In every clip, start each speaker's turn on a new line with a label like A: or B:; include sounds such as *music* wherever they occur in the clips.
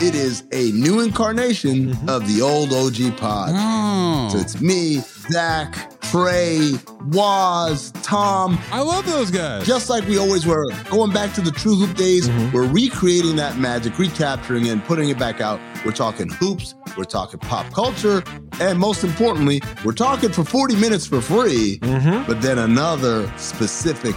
A: It is a new incarnation of the old OG pod.
B: Hmm.
A: So
C: Oh,
A: it's me, Zach, Trey, Waz, Tom.
C: I love those guys.
A: Just like we always were, going back to the True Hoop days, we're recreating that magic, recapturing it, and putting it back out. We're talking hoops, we're talking pop culture, and most importantly, we're talking for 40 minutes for free,
B: Mm-hmm.
A: but then another specific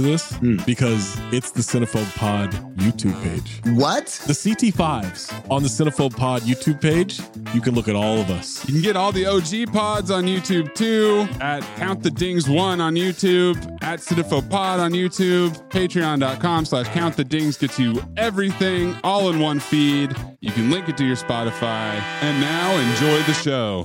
B: this because it's the Cinephobe Pod YouTube page.
A: What?
B: The CT5s on the Cinephobe Pod YouTube page, you can look at all of us.
C: You can get all the OG pods on YouTube too, at Count the Dings One on YouTube, at Cinephobe Pod on YouTube, patreon.com slash Count the Dings gets you everything all in one feed. You can link it to your Spotify. And now enjoy the show.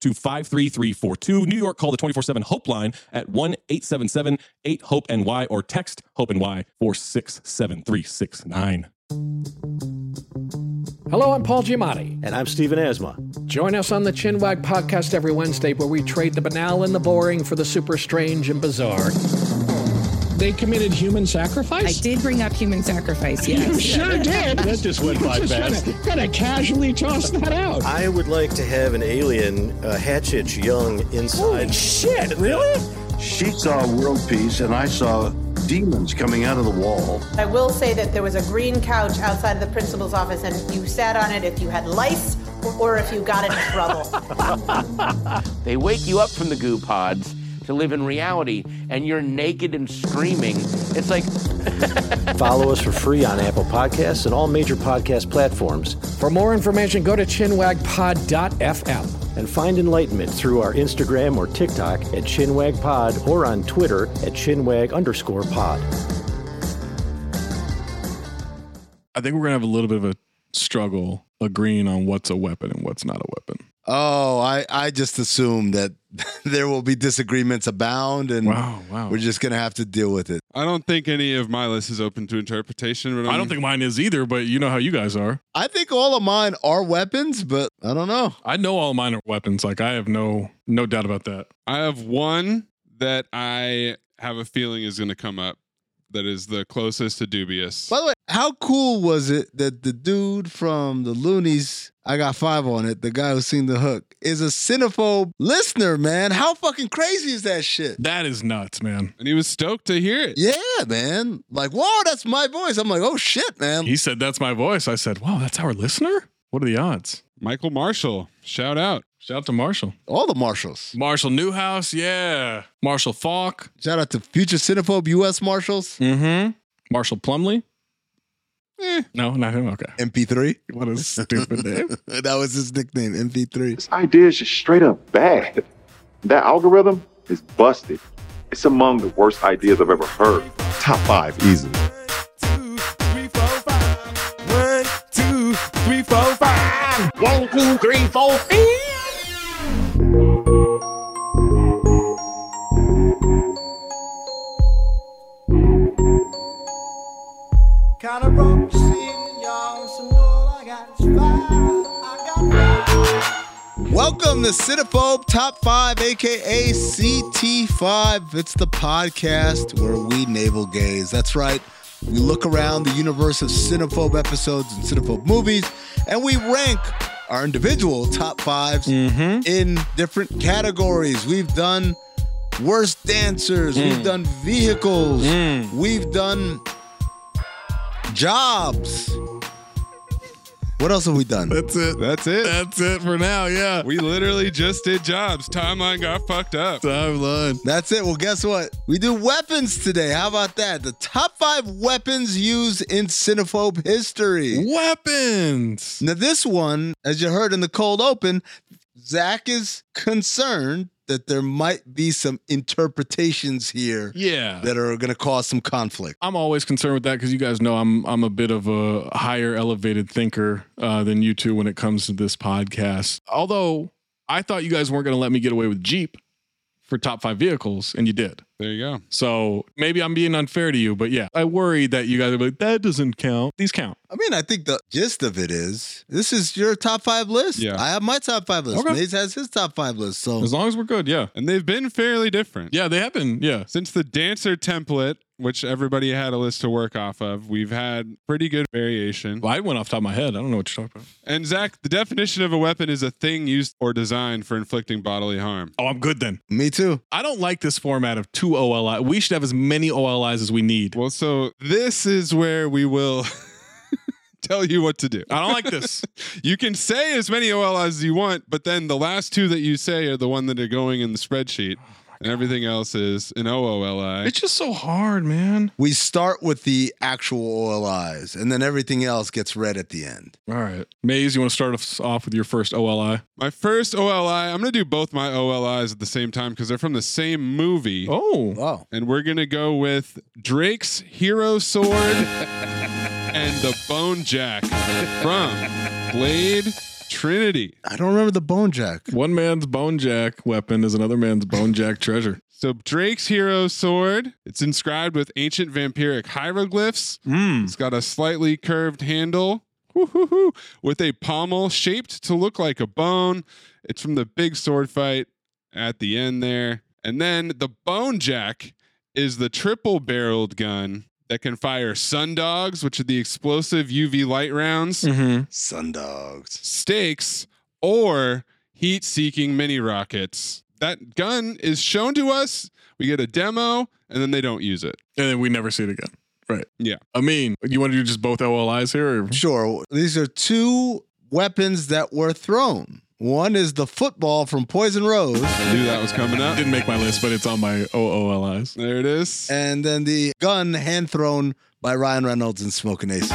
B: to 53342. New York, call the 24 7 Hope line at 1 877 8 Hope NY or text Hope NY 467369.
D: Hello, I'm Paul Giamatti.
E: And I'm Stephen Asma.
D: Join us on the Chinwag Podcast every Wednesday where we trade the banal and the boring for the super strange and bizarre. They committed human
F: I
D: sacrifice?
F: did bring up human sacrifice, yes. *laughs*
D: Sure did.
E: That just went by fast.
D: Kind of casually toss that out.
E: I would like to have an alien, uh, Hatchet Young, inside.
D: Shit, really?
G: She saw world peace, and I saw demons coming out of the wall.
H: I will say that there was a green couch outside of the principal's office, and you sat on it if you had lice or if you got in trouble.
I: They wake you up from the goo pods to live in reality, and you're naked and screaming. It's like,
E: Follow us for free on Apple Podcasts and all major podcast platforms.
D: For more information, go to chinwagpod.fm.
E: And find enlightenment through our Instagram or TikTok at Chinwag Pod or on Twitter at Chinwag underscore pod.
J: I think we're gonna have a little bit of a struggle agreeing on what's a weapon and what's not a weapon.
A: Oh, I, I just assume that *laughs* there will be disagreements abound and
C: Wow, wow.
A: we're just going to have to deal with it.
K: I don't think any of my list is open to interpretation. But
C: I don't think mine is either, but you know how you guys are.
A: I think all of mine are weapons, but I don't know.
C: I know all mine are weapons. Like I have no no doubt about that.
K: I have one that I have a feeling is going to come up. That is the closest to dubious.
A: By the way, how cool was it that the dude from the Loonies, I got five on it, the guy who seen the hook, is a cinephobe listener, man? How fucking crazy is that shit?
C: That is nuts, man.
K: And he was stoked to hear it.
A: Yeah, man. Like, whoa, that's my voice. I'm like, oh shit, man.
C: He said that's my voice. I said, "Wow, that's our listener? What are the odds?"
K: Michael Marshall, shout out.
C: Shout out to Marshall.
A: All the marshals.
C: Marshall Newhouse, yeah. Marshall Falk,
A: Shout out to future cinephobe U.S. marshals.
C: mhm. Marshall Plumley?
K: Eh.
C: No, not him. Okay.
A: MP3.
C: What a stupid name.
A: *laughs* that was his nickname, MP3.
E: idea is just straight up bad. That algorithm is busted. It's among the worst ideas I've ever heard. Top five, easy.
L: One, two, three, four.
M: Kind of broke this evening, y'all, so all I got is five. I got five.
A: Welcome to Cinephobe Top 5, aka CT5. It's the podcast where we navel gaze. That's right. We look around the universe of Cinephobe episodes and Cinephobe movies, and we rank our individual top 5s in different categories. We've done worst dancers, we've done vehicles, we've done jobs. What else have we done?
K: Uh,
C: That's it.
K: That's it.
C: That's it for now. Yeah.
K: we literally just did jobs. Timeline got fucked up.
C: Timeline.
A: That's it. Well, guess what? We do weapons today. How about that? The top five weapons used in cinephobe history.
C: Weapons.
A: Now, this one, as you heard in the cold open, Zach is concerned that there might be some interpretations here
C: Yeah.
A: that are going to cause some conflict.
C: I'm always concerned with that because you guys know I'm I'm a bit of a higher elevated thinker uh, than you two when it comes to this podcast. Although I thought you guys weren't going to let me get away with Jeep for top five vehicles, and you did.
K: There you go.
C: So maybe I'm being unfair to you, but yeah, I worried that you guys would be like, that doesn't count. These count.
A: I mean, I think the gist of it is this is your top five list.
K: Yeah.
A: I have my top five list.
C: Okay.
A: Maze has his top five list. So,
C: As long as we're good, yeah.
K: And they've been fairly different.
C: Yeah, they have been. Yeah.
K: Since the dancer template, which everybody had a list to work off of, we've had pretty good variation.
C: Well, I went off the top of my head. I don't know what you're talking about.
K: And Zach, the definition of a weapon is a thing used or designed for inflicting bodily harm.
C: Oh, I'm good then.
A: me too.
C: I don't like this format of two OLI. We should have as many OLIs as we need.
K: Well, so this is where we will *laughs* tell you what to do.
C: I don't like this.
K: *laughs* You can say as many OLIs as you want, but then the last two that you say are the one that are going in the
C: *sighs*
K: spreadsheet,
C: Oh
K: and everything else is an OOLI.
C: It's just so hard, man.
A: We start with the actual OLIs, and then everything else gets read at the end.
C: All right. Maze, you want to start us off with your first OLI?
K: My first OLI, I'm going to do both my OLIs at the same time because they're from the same movie.
C: Oh.
A: Wow.
K: And we're going to go with Drake's Hero Sword and the Bone Jack from Blade Trinity.
A: I don't remember the bone jack.
K: Hmm.
C: One man's bone jack weapon is another man's bone jack treasure.
K: So Drake's hero sword, it's inscribed with ancient vampiric hieroglyphs. It's got a slightly curved handle. Woo-hoo-hoo, with a pommel shaped to look like a bone. It's from the big sword fight at the end there. And then the bone jack is the triple barreled gun that can fire sundogs, which are the explosive UV light rounds,
C: Mm-hmm.
A: Sundogs.
K: stakes, or heat seeking mini rockets. That gun is shown to us. We get a demo, and then they don't use it.
C: And then we never see it again. Right.
K: Yeah.
C: I mean, you want to do just both OLIs here? Or?
A: Hmm. Sure. These are two weapons that were thrown. One is the football from Poison Rose,
K: I knew that was coming up.
C: Didn't make my list, but it's on my OOLIs.
K: There it is.
A: and then the gun hand thrown by Ryan Reynolds and Smoking Aces.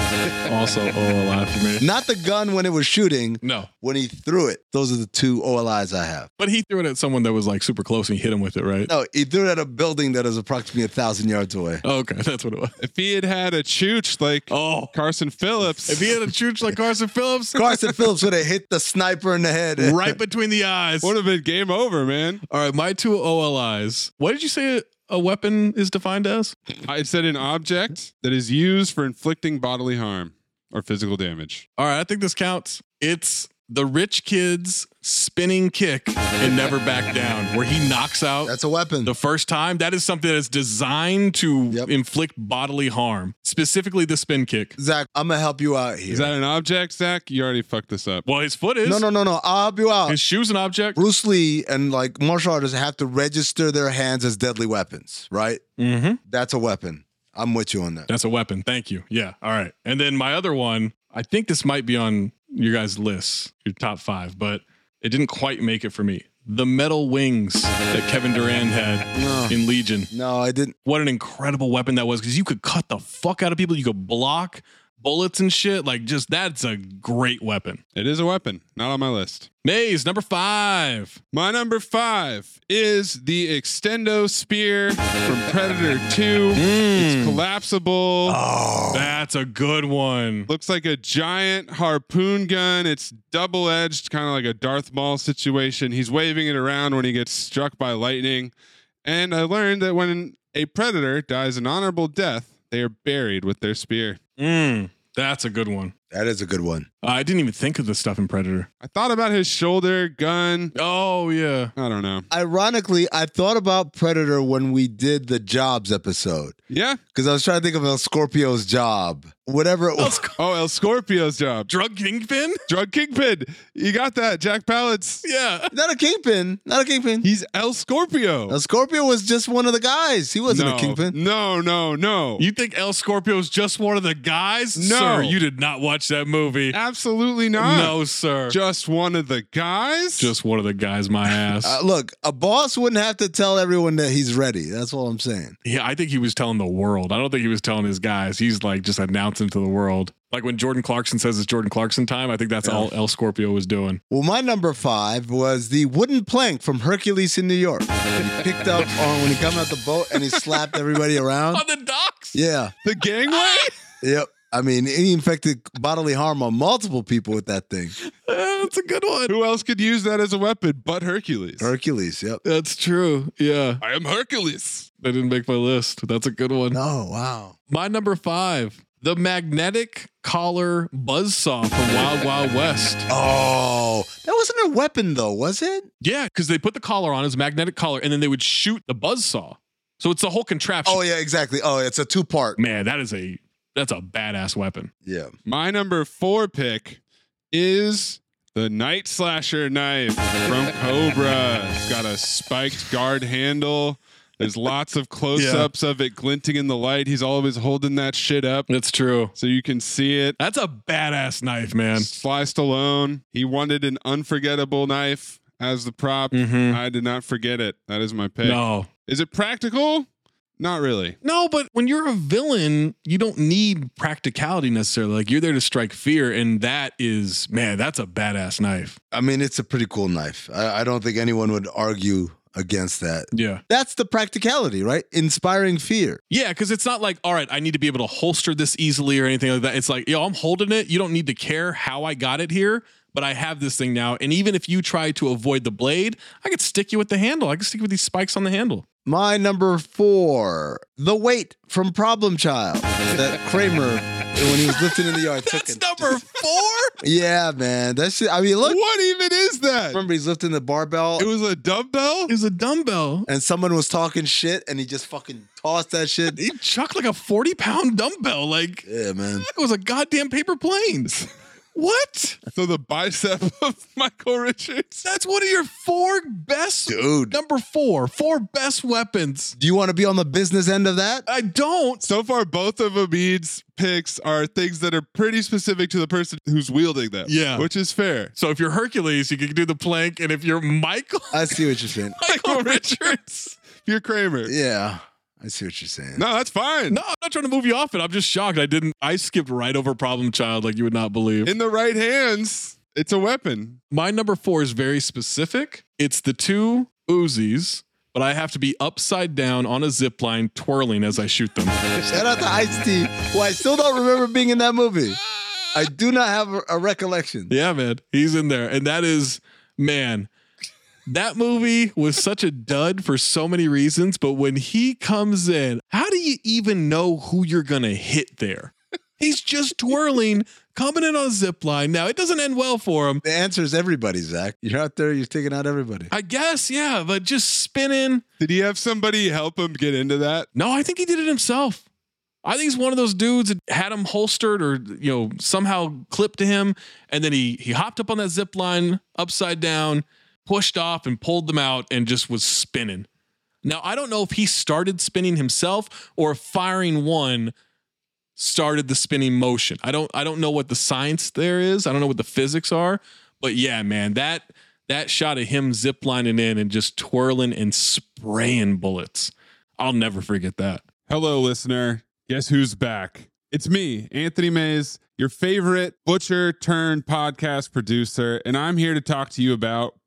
K: also oh, OLI for me.
A: Not the gun when it was shooting.
K: No.
A: When he threw it. Those are the two OLIs I have.
K: But he threw it at someone that was like super close and he hit him with it, right?
A: No, he threw it at a building that is approximately a thousand yards
K: *laughs*
A: away.
K: Oh, okay, that's what it was.
C: If he had had a chooch like
K: Oh.
C: Carson Phillips,
K: If he had a chooch like Carson Phillips,
A: Carson Phillips would have hit the sniper in the head.
K: right between the eyes.
C: would have been game over, man.
K: All right, my two OLIs. What did you say a weapon is defined as?
C: I said an object that is used for inflicting bodily harm or physical damage.
K: All right, I think this counts. It's the rich kid's spinning kick and never back down, where he knocks
A: *laughs*
K: out
A: That's a weapon.
K: the first time. That is something that's designed to
A: Yep.
K: inflict bodily harm, specifically the spin kick.
A: Zach, I'm gonna help you out here.
C: Is that an object, Zach? You already fucked this up.
K: Well, his foot is.
A: no, no, no, no. I'll help you out.
K: His shoe's an object.
A: Bruce Lee and like martial artists have to register their hands as deadly weapons, right?
K: Mm-hmm.
A: That's a weapon. I'm with you on that.
K: That's a weapon. Thank you. Yeah. All right. And then my other one, I think this might be on your guys' list, your top five, but it didn't quite make it for me. The metal wings that Kevin Durant had
A: No.
K: in Legion.
A: No, I didn't.
K: What an incredible weapon that was because you could cut the fuck out of people. You could block bullets and shit. Like, just that's a great weapon.
C: It is a weapon, not on my list.
K: Maze, number five.
C: My number five is the Extendo Spear from Predator 2. It's collapsible.
K: That's a good one.
C: Looks like a giant harpoon gun. It's double edged, kind of like a Darth Maul situation. He's waving it around when he gets struck by lightning. And I learned that when a predator dies an honorable death, they are buried with their spear.
K: Mm, that's a good one.
A: That is a good one.
K: I didn't even think of the stuff in Predator.
C: I thought about his shoulder gun.
K: Oh, yeah.
C: I don't know.
A: Ironically, I thought about Predator when we did the Jobs episode
C: Yeah.
A: because I was trying to think of El Scorpio's job, whatever it was.
C: Oh, *laughs* El Scorpio's job.
K: Drug Kingpin?
C: Drug Kingpin. You got that, Jack Pallets.
K: Yeah.
A: Not a kingpin. Not a kingpin.
C: He's El Scorpio.
A: El Scorpio was just one of the guys. He wasn't
C: no.
A: a kingpin.
C: No, no, no.
K: You think El Scorpio is just one of the guys?
C: No.
K: Sir, you did not watch that movie.
C: Absolutely not.
K: No, sir.
C: Just one of the guys.
K: Just one of the
A: *laughs*
K: guys, my ass.
A: Uh, look, a boss wouldn't have to tell everyone that he's ready. That's all I'm saying.
K: yeah, I think he was telling the world. I don't think he was telling his guys. He's like just announcing to the world. Like when Jordan Clarkson says it's Jordan Clarkson time, I think that's all El Scorpio was doing.
A: Well, my number five was the wooden plank from Hercules in New York. That he picked up on when he come out the boat and he slapped everybody around. *laughs*
K: On the docks?
A: Yeah.
C: the gangway?
A: Yep. I mean, he infected bodily harm on multiple people with that thing.
K: *laughs* that's a good one.
C: Who else could use that as a weapon but Hercules?
A: Hercules. Yep.
K: That's true. Yeah.
C: I am Hercules.
K: That didn't make my list. That's a good one.
A: Oh, wow.
K: My number five, the magnetic collar buzzsaw from Wild Wild West.
A: Oh, that wasn't a weapon though, was it?
K: Yeah, because they put the collar on, his magnetic collar, and then they would shoot the buzzsaw. So it's a whole contraption.
A: Oh, yeah, exactly. Oh, it's a two part.
K: Man, that is a that's a badass weapon.
A: Yeah.
C: My number four pick is the Night Slasher knife from Cobra. It's got a spiked guard handle. There's lots of close ups of it glinting in the light. He's always holding that shit up
K: That's true.
C: so you can see it.
K: That's a badass knife, man.
C: Sly Stallone, he wanted an unforgettable knife as the prop.
K: Mhm.
C: I did not forget it. That is my pick.
K: No.
C: Is it practical? Not really.
K: No, but when you're a villain, you don't need practicality necessarily. Like you're there to strike fear, and that is, man, that's a badass knife.
A: I mean, it's a pretty cool knife. I, I don't think anyone would argue against that.
K: Yeah.
A: That's the practicality, right? Inspiring fear.
K: Yeah, because it's not like, all right, I need to be able to holster this easily or anything like that. It's like, yo, I'm holding it. You don't need to care how I got it here, but I have this thing now. And even if you try to avoid the blade, I could stick you with the handle. I could stick you with these spikes on the handle.
A: My number four, the weight from Problem Child *laughs* that Kramer, when he was lifting in the yard, took it. *laughs*
K: number four.
A: yeah, man. That shit. I mean, look.
C: What even is that?
A: Remember, he's lifting the barbell
C: It was a
K: *laughs*
C: dumbbell?
K: Is a dumbbell.
A: and someone was talking shit and he just fucking tossed that *laughs* shit.
K: He chucked like a 40 pound dumbbell. Like,
A: Yeah, man.
K: it was a goddamn paper plane. What?
C: So the bicep *laughs* of Michael Richards.
K: That's one of your four best.
A: Dude.
K: Number four. Four best weapons.
A: Do you want to be on the business end of that?
K: I don't.
C: So far, both of Abid's picks are things that are pretty specific to the person who's wielding them.
K: Yeah.
C: Which is fair.
K: So if you're Hercules, you can do the plank.
C: *laughs*
K: And if you're Michael,
A: I see what you're saying.
K: Michael Richards.
C: You're Kramer.
A: Yeah.
N: I see what you're saying.
K: No, that's fine. No, I'm not trying to move you off it. I'm just shocked. I didn't. I skipped right over problem child like you would not believe.
C: In the right hands, it's a weapon.
K: My number four is very specific. It's the two Uzis, but I have to be upside down on a zip line twirling as I shoot them.
A: Shout out to Ice T, who I still don't remember being in that movie. I do not have a, a recollection.
K: Yeah, man. He's in there. And that is, man, that movie was such a dud for so many reasons. But when he comes in, how do you even know who you're going to hit there? He's just twirling, coming in on a zip line. Now, it doesn't end well for him.
N: The answer is everybody, Zach. You're out there, you're taking out everybody.
K: I guess, yeah, but just spinning.
C: Did he have somebody help him get into that?
K: No, I think he did it himself. I think he's one of those dudes that had him holstered or you know somehow clipped to him, and then he he hopped up on that zip line upside down, pushed off and pulled them out, and just was spinning. Now I don't know if he started spinning himself or if firing one started the spinning motion. I don't I don't know what the science there is. I don't know what the physics are, but yeah, man, that that shot of him ziplining in and just twirling and spraying bullets. I'll never forget that.
C: Hello, listener. Guess who's back? It's me, Anthony Mays, your favorite butcher turned podcast producer, and I'm here to talk to you about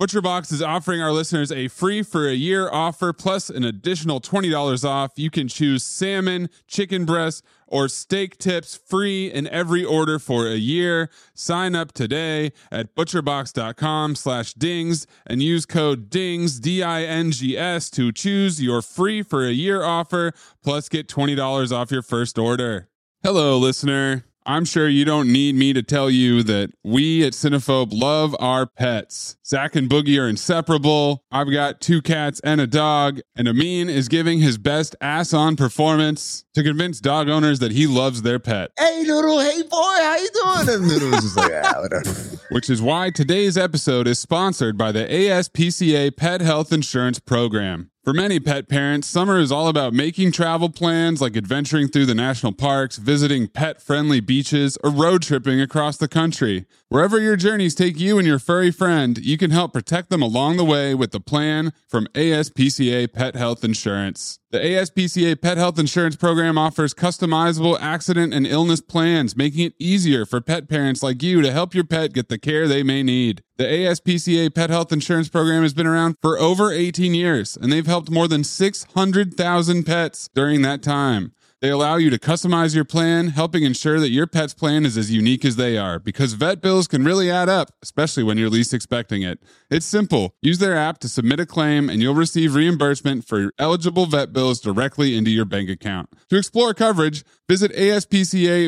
C: ButcherBox is offering our listeners a free for a year offer plus an additional $20 off. You can choose salmon, chicken breast, or steak tips free in every order for a year. Sign up today at butcherbox.com slash dings and use code DINGS, D-I-N-G-S to choose your free for a year offer plus get $20 off your first order. Hello, listener. I'm sure you don't need me to tell you that we at Cinephobe love our pets. Zach and Boogie are inseparable. I've got two cats and a dog, and Amin is giving his best ass on performance to convince dog owners that he loves their pet.
A: Hey, Noodle, hey, boy, how you doing? And Noodle was just like, ah, whatever.
C: Which is why today's episode is sponsored by the ASPCA Pet Health Insurance Program. For many pet parents, summer is all about making travel plans like adventuring through the national parks, visiting pet friendly beaches, or road tripping across the country. Wherever your journeys take you and your furry friend, you can help protect them along the way with the plan from ASPCA Pet Health Insurance. The ASPCA Pet Health Insurance Program offers customizable accident and illness plans, making it easier for pet parents like you to help your pet get the care they may need. The ASPCA Pet Health Insurance Program has been around for over 18 years, and they've helped more than 600,000 pets during that time. They allow you to customize your plan, helping ensure that your pet's plan is as unique as they are, because vet bills can really add up, especially when you're least expecting it. It's simple. Use their app to submit a claim, and you'll receive reimbursement for eligible vet bills directly into your bank account. To explore coverage, visit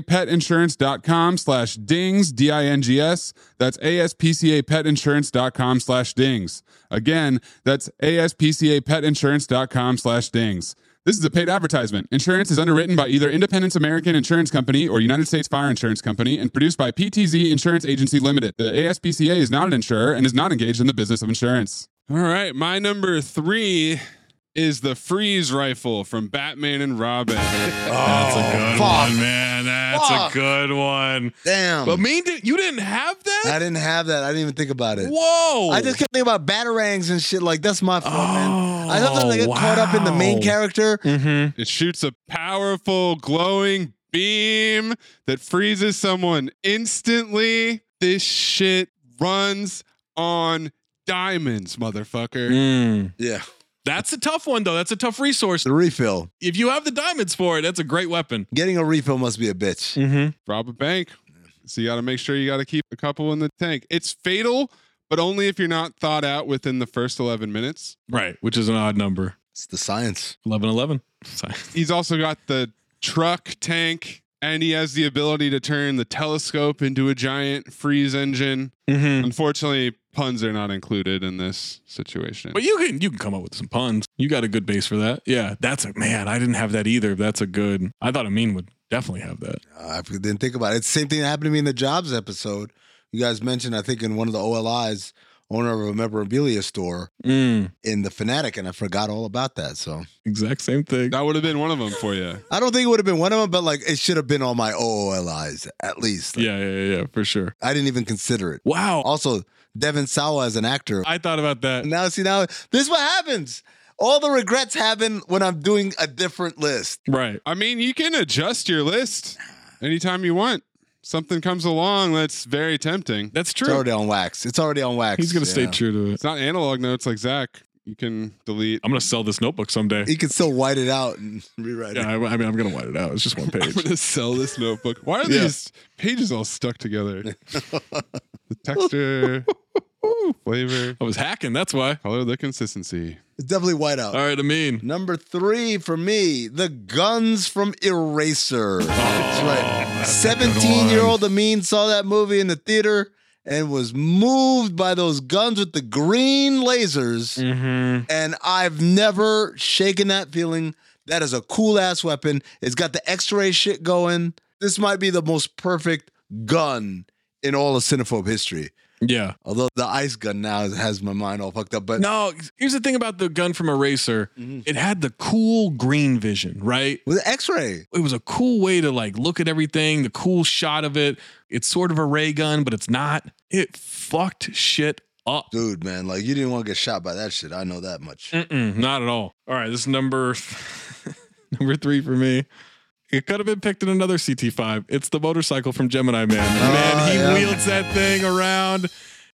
C: aspcapetinsurance.com slash dings, D-I-N-G-S. That's aspcapetinsurance.com slash dings. Again, that's aspcapetinsurance.com slash dings. This is a paid advertisement. Insurance is underwritten by either Independence American Insurance Company or United States Fire Insurance Company and produced by PTZ Insurance Agency Limited. The ASPCA is not an insurer and is not engaged in the business of insurance. All right, my number three is the freeze rifle from Batman and Robin.
K: That's a good
A: Oh, fuck.
K: one, man. That's
A: Fuck.
K: a good one.
A: Damn.
K: But me, di- you didn't have that?
A: Um, I didn't have that. I didn't even think about it.
K: Whoa.
A: I just kept thinking about batarangs and shit. Like that's my fault, man. I sometimes I get caught up in the main
K: Oh, wow.
A: character.
K: Mm-hmm.
C: It shoots a powerful glowing beam that freezes someone instantly. This shit runs on diamonds, motherfucker.
A: Yeah.
K: Mm. That's a tough one, though. That's a tough resource.
A: The refill.
K: If you have the diamonds for it, that's a great weapon.
A: Getting a refill must be a bitch.
C: rob a bank. So you got to make sure you got to keep a couple in the tank. It's fatal, but only if you're not thought out within the first 11 minutes.
K: Right, which is an odd number.
A: It's the science.
K: 11 11.
C: He's also got the truck tank and he has the ability to turn the telescope into a giant freeze engine.
K: Mm-hmm.
C: Unfortunately, puns are not included in this situation.
K: But you can you can come up with some puns. You got a good base for that. Yeah, that's a man. I didn't have that either. That's a good. I thought Amin would definitely have that.
A: I didn't think about it. It's the same thing that happened to me in the jobs episode. You guys mentioned, I think, in one of the OLIs, owner of a memorabilia store
K: Mm,
A: in the Fanatic, and I forgot all about that. So
K: exact same thing.
C: That would have been one of them for you.
A: I don't think it would have been one of them, but like it should have been on my OOLIs at least. Like,
K: yeah, yeah, yeah, yeah, for sure.
A: I didn't even consider it.
K: Wow.
A: Also, Devin Sawa as an actor.
K: I thought about that.
A: now, see, now this is what happens. All the regrets happen when I'm doing a different list.
K: Right.
C: I mean, you can adjust your list anytime you want. Something comes along that's very tempting.
K: That's
A: It's
K: true.
A: already on wax. It's already on wax.
K: He's going to stay
A: Yeah.
K: true to it.
C: It's not analog notes like Zach. You can delete.
K: I'm going to sell this notebook someday.
A: He can still white it out and *laughs* rewrite
K: Yeah,
A: it.
K: I, I mean, I'm going to white it out. It's just one
C: *laughs* I'm
K: page.
C: gonna sell this notebook. Why are
K: Yeah.
C: these pages all stuck together? the
K: *laughs*
C: texture, flavor,
K: I was hacking. That's why.
C: color, the consistency.
A: It's definitely white out.
K: All right, Amin.
A: Number three for me, the guns from Eraser. that's right. 17 year old Amin saw that movie in the theater and was moved by those guns with the green lasers. And I've never shaken that feeling. That is a cool ass weapon. It's got the x ray shit going. This might be the most perfect gun in all of Cinephobe history.
K: Yeah.
A: Although the ice gun now has my mind all fucked up, but
K: No, here's the thing about the gun from Eraser. It had the cool green vision, right?
A: with x ray.
K: it was a cool way to like look at everything, the cool shot of it. It's sort of a ray gun, but it's not. It fucked shit up.
A: Dude, man, like you didn't want to get shot by that shit. I know that
C: Mm.
A: much.
K: Mm-mm, not at all. All right, this is number *laughs* number three for me. It could have been picked in another CT5. It's the motorcycle from Gemini Man. Man, he
A: yeah.
K: wields that thing around.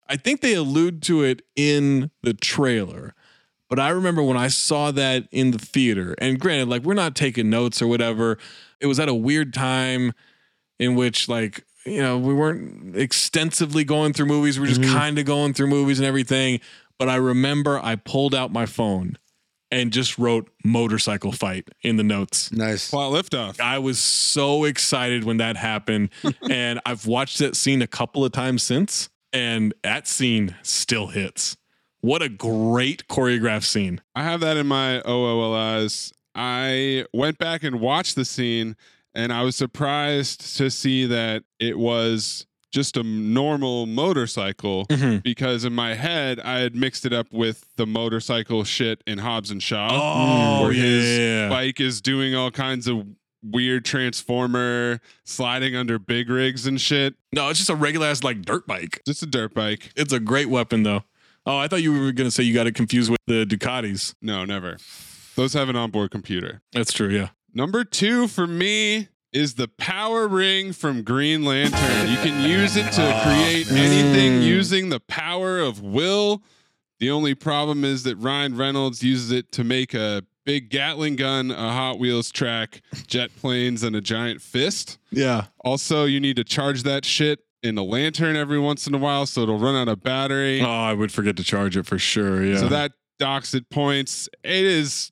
K: I think they allude to it in the trailer. But I remember when I saw that in the theater, and granted, like we're not taking notes or whatever. It was at a weird time in which, like, you know, we weren't extensively going through movies. We were just
C: Mm-hmm.
K: kind of going through movies and everything. But I remember I pulled out my phone and just wrote motorcycle fight in the notes.
A: Nice.
C: Plot liftoff.
K: I was so excited when that
C: *laughs*
K: happened. and I've watched that scene a couple of times since, and that scene still hits. What a great choreographed scene.
C: I have that in my OOLIs. I went back and watched the scene, and I was surprised to see that it was just a normal motorcycle because in my head I had mixed it up with the motorcycle shit in Hobbs and Shaw,
K: Oh,
C: Mm. where his
K: yeah.
C: bike is doing all kinds of weird transformer sliding under big rigs and shit.
K: No, it's just a regular ass like dirt bike.
C: Just a dirt bike.
K: It's a great weapon though. Oh, I thought you were going to say you got it confused with the Ducatis.
C: No, never. Those have an onboard computer.
K: That's true, yeah.
C: Number two for me is the power ring from Green Lantern. You can use it to create anything using the power of will. The only problem is that Ryan Reynolds uses it to make a big Gatling gun, a Hot Wheels track, jet planes, and a giant fist.
K: Yeah.
C: Also, you need to charge that shit in a lantern every once in a while so it'll run out of battery.
K: Oh, I would forget to charge it for sure. Yeah.
C: So that docks it points. It is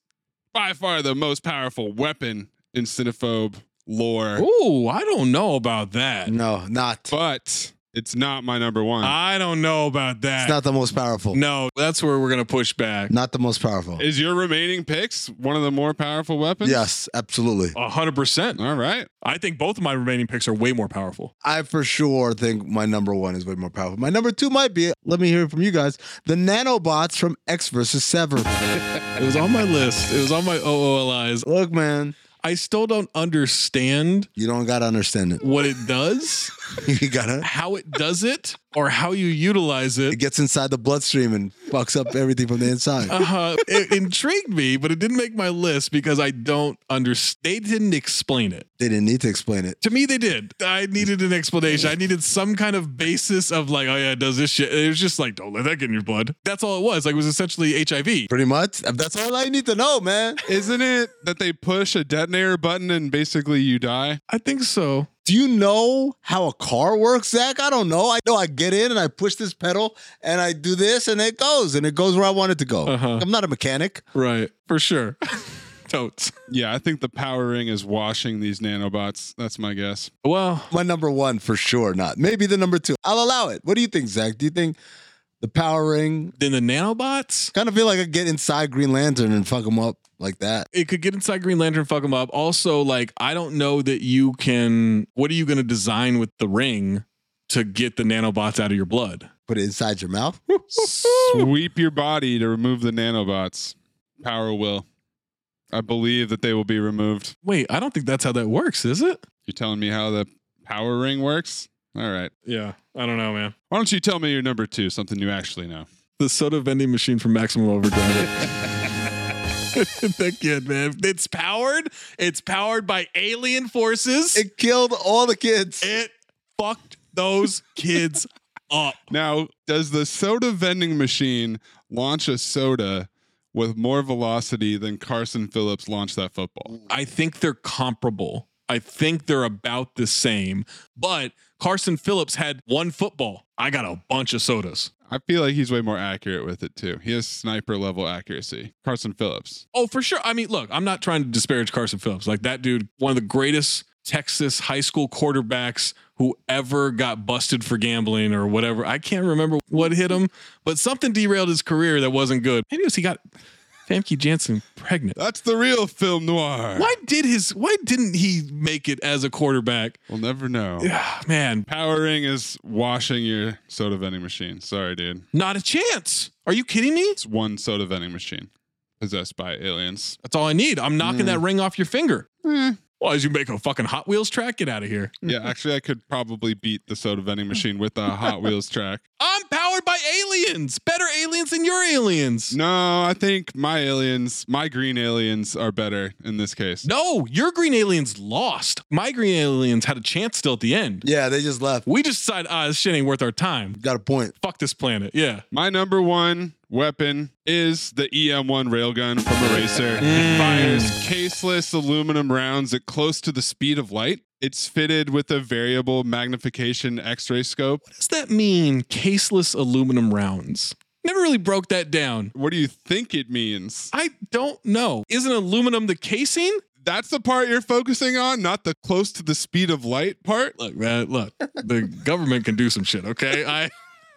C: by far the most powerful weapon in Cinephobe lore,
K: Ooh, I don't know about that.
A: No, not.
C: but it's not my number one.
K: I don't know about that.
A: It's not the most powerful.
K: no, that's where we're going to push back.
A: Not the most powerful.
C: is your remaining picks one of the more powerful weapons?
A: Yes, absolutely.
K: A 100%.
C: All right.
K: I think both of my remaining picks are way more powerful.
A: I for sure think my number one is way more powerful. My number two might be, let me hear from you guys, the nanobots from X versus Sever.
K: It was on my list. It was on my OOLIs.
A: Look, man,
K: I still don't understand
A: you don't got to understand it. *laughs*
K: what it does.
A: you gotta
K: how it does it or how you utilize it.
A: It gets inside the bloodstream and fucks up everything from the inside.
C: Uh,
K: Uh-huh. It intrigued me, but it didn't make my list because I don't understand. They didn't explain it.
A: They didn't need to explain it.
K: To me, they did. I needed an explanation. I needed some kind of basis of like, oh yeah, it does this shit. It was just like, don't let that get in your blood. That's all it was. Like it was essentially HIV.
A: Pretty much. That's all I need to know, man.
C: Isn't it that they push a detonator button and basically you die?
K: I think so.
A: Do you know how a car works, Zach? I don't know. I know I get in and I push this pedal and I do this and it goes and it goes where I want it to go.
K: Uh-huh.
A: I'm not a mechanic.
K: Right. For sure. *laughs* Totes.
C: Yeah, I think the power ring is washing these nanobots. That's my guess.
K: Well,
A: My number one for sure not. Maybe the number two. I'll allow it. What do you think, Zach? Do you think the power ring
K: then the nanobots?
A: kind of feel like I get inside Green Lantern and fuck him up like that?
K: It could get inside Green Lantern, fuck him up. Also, like, I don't know that you can. What are you going to design with the ring to get the nanobots out of your blood?
A: Put it inside your
C: *laughs*
A: mouth?
C: Sweep your body to remove the nanobots. Power will. I believe that they will be removed.
K: Wait, I don't think that's how that works, is it?
C: You're telling me how the power ring works? All right.
K: Yeah, I don't know, man.
C: Why don't you tell me your number two, something you actually know?
K: The soda vending machine from Maximum
C: *laughs*
K: Overdrive. *laughs* that kid, man. It's powered. It's powered by alien forces. It,
A: It killed all the kids.
K: fucked those kids up.
C: Now, does the soda vending machine launch a soda with more velocity than Carson Phillips launched that football?
K: I think they're comparable. I think they're about the same. But Carson Phillips had one football. I got a bunch of sodas.
C: I feel like he's way more accurate with it too. He has sniper level accuracy. Carson Phillips.
K: Oh, for sure. I mean, look, I'm not trying to disparage Carson Phillips. Like that dude, one of the greatest Texas high school quarterbacks who ever got busted for gambling or whatever. I can't remember what hit him, but something derailed his career that wasn't good. Maybe it was he got Famke Janssen pregnant.
C: That's the real film noir.
K: Why did his why didn't he make it as a quarterback? Ah,
C: We'll never know.
K: Man,
C: Powering is washing your soda vending machine. Sorry, dude.
K: not a chance. Are you kidding me?
C: It's one soda vending machine possessed by aliens.
K: That's all I need. I'm knocking that ring off your finger. Well, as you make a fucking Hot Wheels track, get out of here.
A: *laughs*
C: Yeah, actually, I could probably beat the soda vending machine with a Hot Wheels track.
K: I'm powered by aliens. Better aliens than your aliens.
C: No, I think my aliens, my green aliens, are better in this case.
K: No, your green aliens lost. My green aliens had a chance still at the end.
A: Yeah, they just left.
K: We just decided, ah, this shit ain't worth our time.
A: Got a point.
K: Fuck this planet. Yeah.
C: My number one weapon is the EM1 railgun from Eraser. It fires caseless aluminum rounds at close to the speed of light. It's fitted with a variable magnification X ray scope.
K: What does that mean? Caseless aluminum rounds. Never really broke that down.
C: What do you think it means?
K: I don't know. Isn't aluminum the casing?
C: That's the part you're focusing on, not the close to the speed of light part.
K: Look, man, look.
A: *laughs*
K: The government can do some shit, okay? I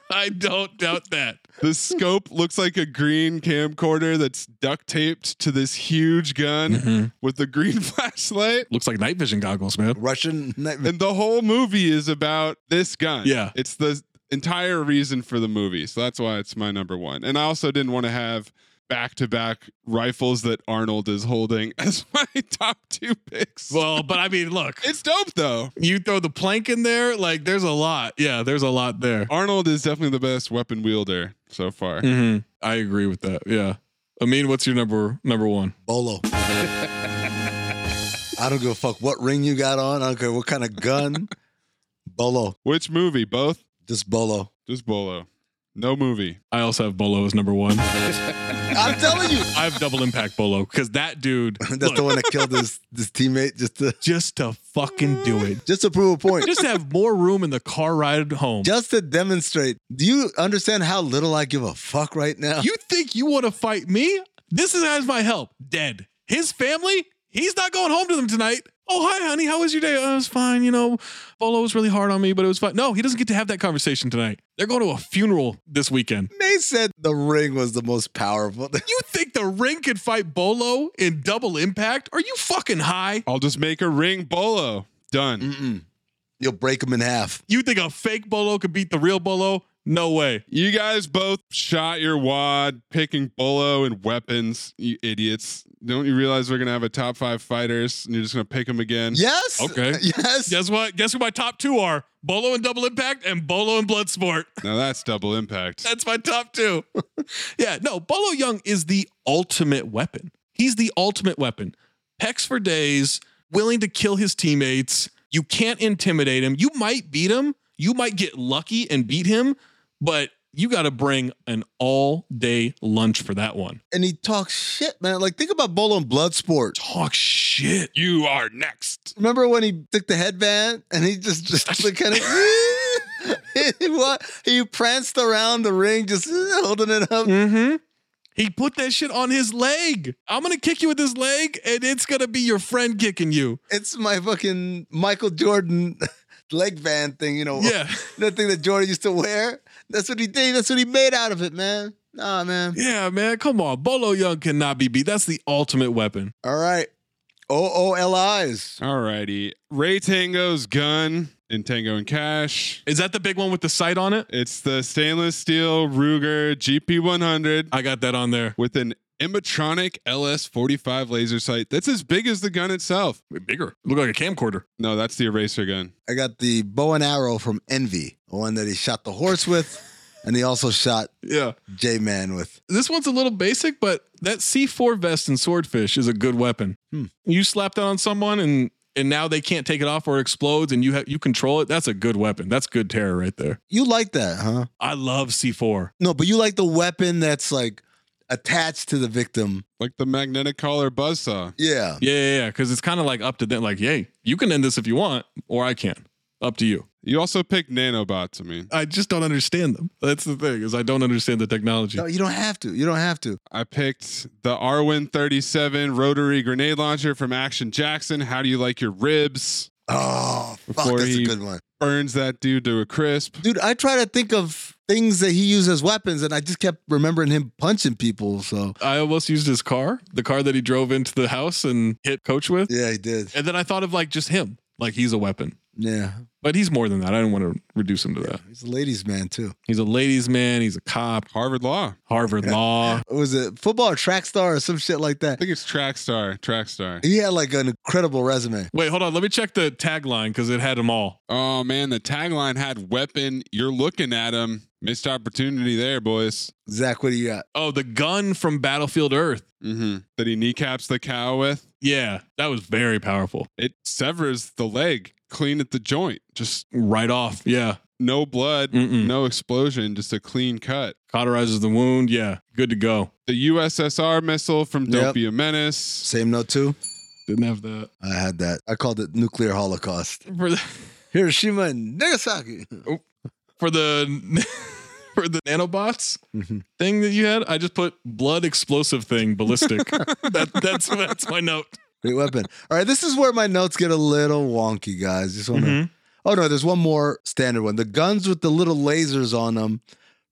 K: I don't doubt that.
C: The scope looks like a green camcorder that's duct taped to this huge gun with a green *laughs* flashlight.
K: Looks like night vision goggles, man.
A: Russian *laughs* nightmare.
C: And the whole movie is about this gun.
K: Yeah.
C: It's the entire reason for the movie. So that's why it's my number one. And I also didn't want to have back to back rifles that Arnold is holding *laughs* as my top two picks.
K: Well, but I mean, look,
C: it's dope though.
K: you throw the plank in there, like there's a lot. Yeah, there's a lot there.
C: Arnold is definitely the best weapon wielder so far.
K: Hmm. Mm-hmm. I agree with that. Yeah. I mean, what's your number number one?
A: Bolo. I don't give a fuck what ring you got on. I don't care what kind of
C: *laughs*
A: gun. Bolo.
C: Which movie? Both?
A: Just Bolo.
C: Just Bolo. No movie.
K: I also have Bolo as number one.
A: I'm telling
C: *laughs*
A: you.
K: I have double impact Bolo because that dude
A: *laughs* That's the one that killed his, his teammate just to
K: just to fucking do it.
A: just to prove a point.
K: Just to have more room in the car ride home.
A: Just to demonstrate. Do you understand how little I give a fuck right now?
K: You think you want to fight me? This is as my help. Dead. His family? He's not going home to them tonight. Oh, hi, honey. How was your day? Oh, it was fine. You know, Bolo was really hard on me, but it was fine. No, he doesn't get to have that conversation tonight. They're going to a funeral this weekend.
A: they said the ring was the most powerful. *laughs*
K: You think the ring could fight Bolo in double impact? Are you fucking high? Mm-hmm.
C: I'll just make a ring Bolo. Done.
A: You'll break him in half.
K: You think a fake Bolo could beat the real Bolo? No way.
C: You guys both shot your wad picking bolo and weapons, you idiots. Don't you realize we're going to have a top five fighters and you're just going to pick them again?
A: Yes.
K: Okay.
A: *laughs* Yes.
K: Guess what? Guess who my top two are? Bolo and Double Impact and Bolo and Bloodsport.
C: Now that's double impact.
K: That's my top two. *laughs* yeah, no, Bolo Young is the ultimate weapon. He's the ultimate weapon. Pecs for days, willing to kill his teammates. You can't intimidate him. You might beat him. You might get lucky and beat him, but you got to bring an all day lunch for that one.
A: And he talks shit, man. Like, think about Bolo and Bloodsport.
K: Talk shit.
C: You are next.
A: Remember when he took the headband and he just, just kind of. *laughs* he, wa- he pranced around the ring, just *laughs* holding it up.
K: Mm-hmm. He put that shit on his leg. I'm gonna kick you with his leg, and it's gonna be your friend kicking you.
A: It's my fucking Michael Jordan *laughs* leg band thing, you
C: Oh,
A: know.
K: Yeah.
A: *laughs* That thing that Jordan used to wear. That's what he did. That's what he made out of it, man. Nah, man.
K: Yeah, man. Come on. Bolo Young cannot be beat. That's the ultimate weapon.
A: All right. OOLIs.
C: All righty. Ray Tango's gun in Tango and Cash.
K: Is that the big one with the sight on it?
C: It's the stainless steel Ruger GP100
K: I got that on there.
C: with an Immatronic LS45 laser sight that's as big as the gun itself.
K: Way bigger. Look like a camcorder.
C: No, that's the eraser gun.
A: I got the bow and arrow from Envy, the one that he shot the horse with, and he also shot
K: Yeah.
A: J Man with.
K: This one's a little basic, but that C4 vest and swordfish is a good weapon. You slap that on someone and and now they can't take it off or it explodes and you ha- you control it. That's a good weapon. That's good terror right there.
A: You like that, huh?
K: I love C4.
A: No, but you like the weapon that's like attached to the victim.
C: Like the magnetic collar buzzsaw.
A: Yeah.
K: Yeah, yeah, yeah. Cause it's kind of like up to them, like, yay, you can end this if you want, or I can. Up to you.
C: You also picked nanobots, I mean.
K: I just don't understand them. That's the thing, is I don't understand the technology.
A: No, you don't have to. You don't have to.
C: I picked the Arwin 37 rotary grenade launcher from Action Jackson. How do you like your ribs?
A: Oh, fuck,
C: Before
A: that's
C: he-
A: a good one.
C: Burns that dude to a crisp.
A: Dude, I try to think of things that he used as weapons, and I just kept remembering him punching people. So,
K: I almost used his car, the car that he drove into the house and hit coach with.
A: yeah, he did.
K: And then I thought of like just him, like he's a weapon.
A: Yeah.
K: But he's more than that. I didn't want to reduce him to that.
A: He's a ladies' man, too.
K: He's a ladies' man. He's a cop,
C: Harvard Law.
K: Harvard Law.
A: What was it football or track star or some shit like
C: I
A: that?
C: think it's Trackstar. Trackstar.
A: He had like an incredible resume.
K: Wait, hold on. Let me check the tagline because it had them all.
C: Oh man, the tagline had weapon. You're looking at him. Missed opportunity there, boys.
A: Zach, what do you got?
K: Oh, the gun from Battlefield Earth.
C: Mm-hmm. That he kneecaps the cow with.
K: Yeah, that was very powerful.
C: It severs the leg clean at the joint. Just
K: Right off. Yeah.
C: no blood,
K: Mm-mm.
C: no explosion, just a clean cut.
K: Cauterizes the wound. Yeah. Good to go.
C: The USSR missile from
A: Yep.
C: Don't Be a Menace.
A: Same note, too?
K: Didn't have that.
A: I had that. I called it nuclear holocaust.
K: For the,
A: Hiroshima and Nagasaki. *laughs*
K: for the *laughs* for the nanobots
A: Mhm.
K: thing that you had, I just put blood explosive thing ballistic. that, that's that's my note. *laughs*
A: Great weapon. All right, this is where my notes get a little wonky, guys. Just want to.
K: Mhm.
A: Oh no, there's one more standard one. The guns with the little lasers on them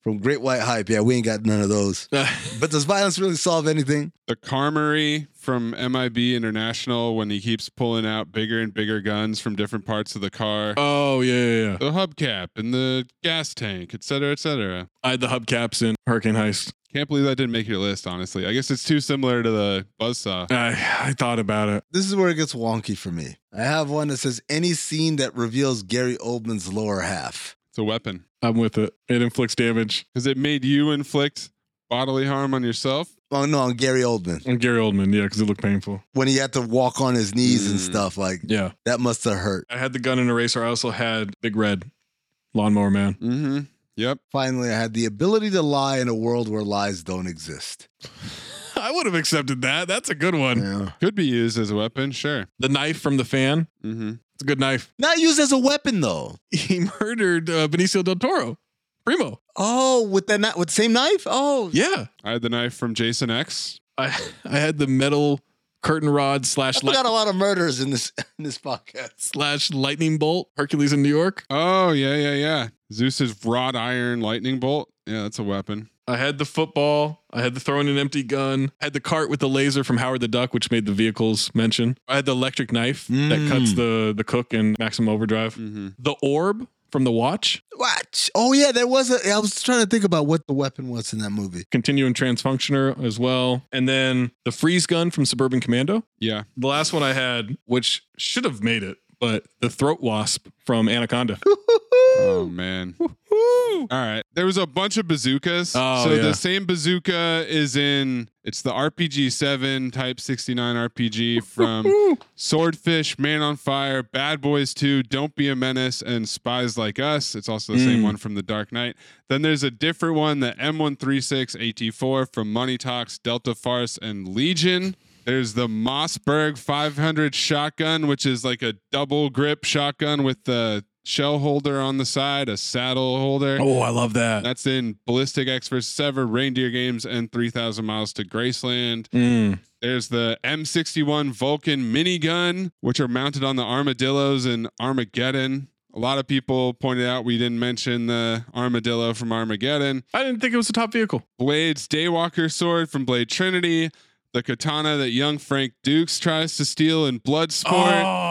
A: from Great White Hype. Yeah, we ain't got none of those. But does violence really solve anything?
C: The Carmery from MIB International when he keeps pulling out bigger and bigger guns from different parts of the car.
K: oh yeah, yeah, yeah.
C: the hubcap and the gas tank, et cetera, et cetera.
K: I had the hubcaps in Hurricane Heist.
C: Can't believe that didn't make your list, honestly. I guess it's too similar to the buzzsaw.
K: I I thought about it.
A: This is where it gets wonky for me. I have one that says any scene that reveals Gary Oldman's lower half.
C: It's a weapon.
K: I'm with it. It inflicts damage
C: Because it made you inflict bodily harm on yourself.
A: Oh no, on Gary Oldman
K: on Gary Oldman. Yeah, because it looked painful.
A: when he had to walk on his knees and
C: Mm.
A: stuff like
K: Yeah,
A: that must have hurt.
K: I had the gun and eraser. I also had Big Red, Lawnmower Man. *laughs*
C: Mm-hmm. Yep.
A: Finally, I had the ability to lie in a world where lies don't exist.
K: I would have accepted that. That's a good one.
A: Yeah.
C: Could be used as a weapon, sure.
K: The knife from the fan.
C: Mm-hmm.
K: It's a good knife. *laughs*
A: Not used as a weapon though.
K: He murdered uh, Benicio del Toro, Primo.
A: Oh, with that knife, with the same knife? Oh,
K: Yeah,
C: I had the knife from Jason X.
K: I I had the metal curtain rod
A: I
K: slash li-
A: forgot a lot of murders
O: *laughs*
A: in this in this podcast.
K: slash lightning bolt. Hercules in New York.
C: Oh, yeah, yeah, yeah. Zeus's wrought iron lightning bolt. Yeah, that's a weapon.
K: I had the football. I had the throwing an empty gun. I had the cart with the laser from Howard the Duck, which made the vehicles mention. I had the electric knife that cuts the the cook in Maximum Overdrive.
C: Mm-hmm.
K: The orb from the watch.
O: Watch. Oh yeah, there was a. I was trying to think about what the weapon was in that movie.
K: Continuing Transfunctioner as well. And then the freeze gun from Suburban Commando.
C: Yeah.
K: The last one I had, which should have made it, but the throat wasp from Anaconda.
C: Oh man. All right. There was a bunch of bazookas.
K: Oh,
C: so
K: yeah.
C: the same bazooka is in it's the RPG 7 Type 69 RPG from Swordfish, Man on Fire, Bad Boys 2, Don't Be a Menace and Spies Like Us. It's also the same
K: Mm.
C: one from The Dark Knight. Then there's a different one, the M136 AT4 from Money Talks, Delta Farce and Legion. There's the Mossberg 500 shotgun, which is like a double grip shotgun with the shell holder on the side, a saddle holder.
K: Oh, I love that.
C: That's in Ballistic X vs. Sever, Reindeer Games, and 3,000 Miles to Graceland.
K: Mm.
C: There's the M61 Vulcan minigun, which are mounted on the armadillos in Armageddon. A lot of people pointed out we didn't mention the armadillo from Armageddon.
K: I didn't think it was a top vehicle.
C: Blade's Daywalker sword from Blade Trinity, the katana that young Frank Dukes tries to steal in Bloodsport,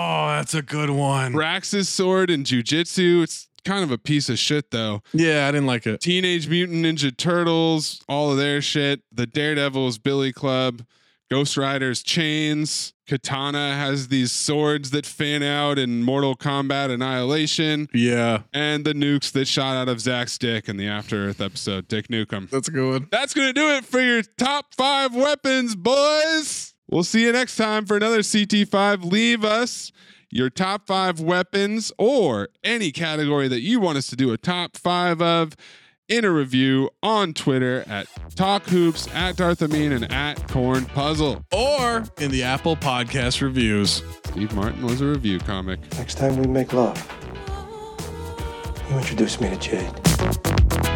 K: Oh, that's a good one.
C: Brax's sword in Jujitsu. It's kind of a piece of shit though.
K: Yeah, I didn't like it.
C: Teenage Mutant Ninja Turtles, all of their shit. The Daredevils Billy Club, Ghost Rider's chains. Katana has these swords that fan out in Mortal Kombat Annihilation,
K: Yeah,
C: and the nukes that shot out of Zack's dick in the After Earth episode, Dick Nukem.
K: that's a good one.
C: That's going to do it for your top five weapons, boys. We'll see you next time for another CT5. Leave us your top five weapons or any category that you want us to do a top five of in a review on Twitter at Talk Hoops, at Darth Amin, and at Corn Puzzle.
K: Or in the Apple Podcast reviews.
C: Steve Martin was a review comic.
P: Next time we make love, you introduce me to Jade.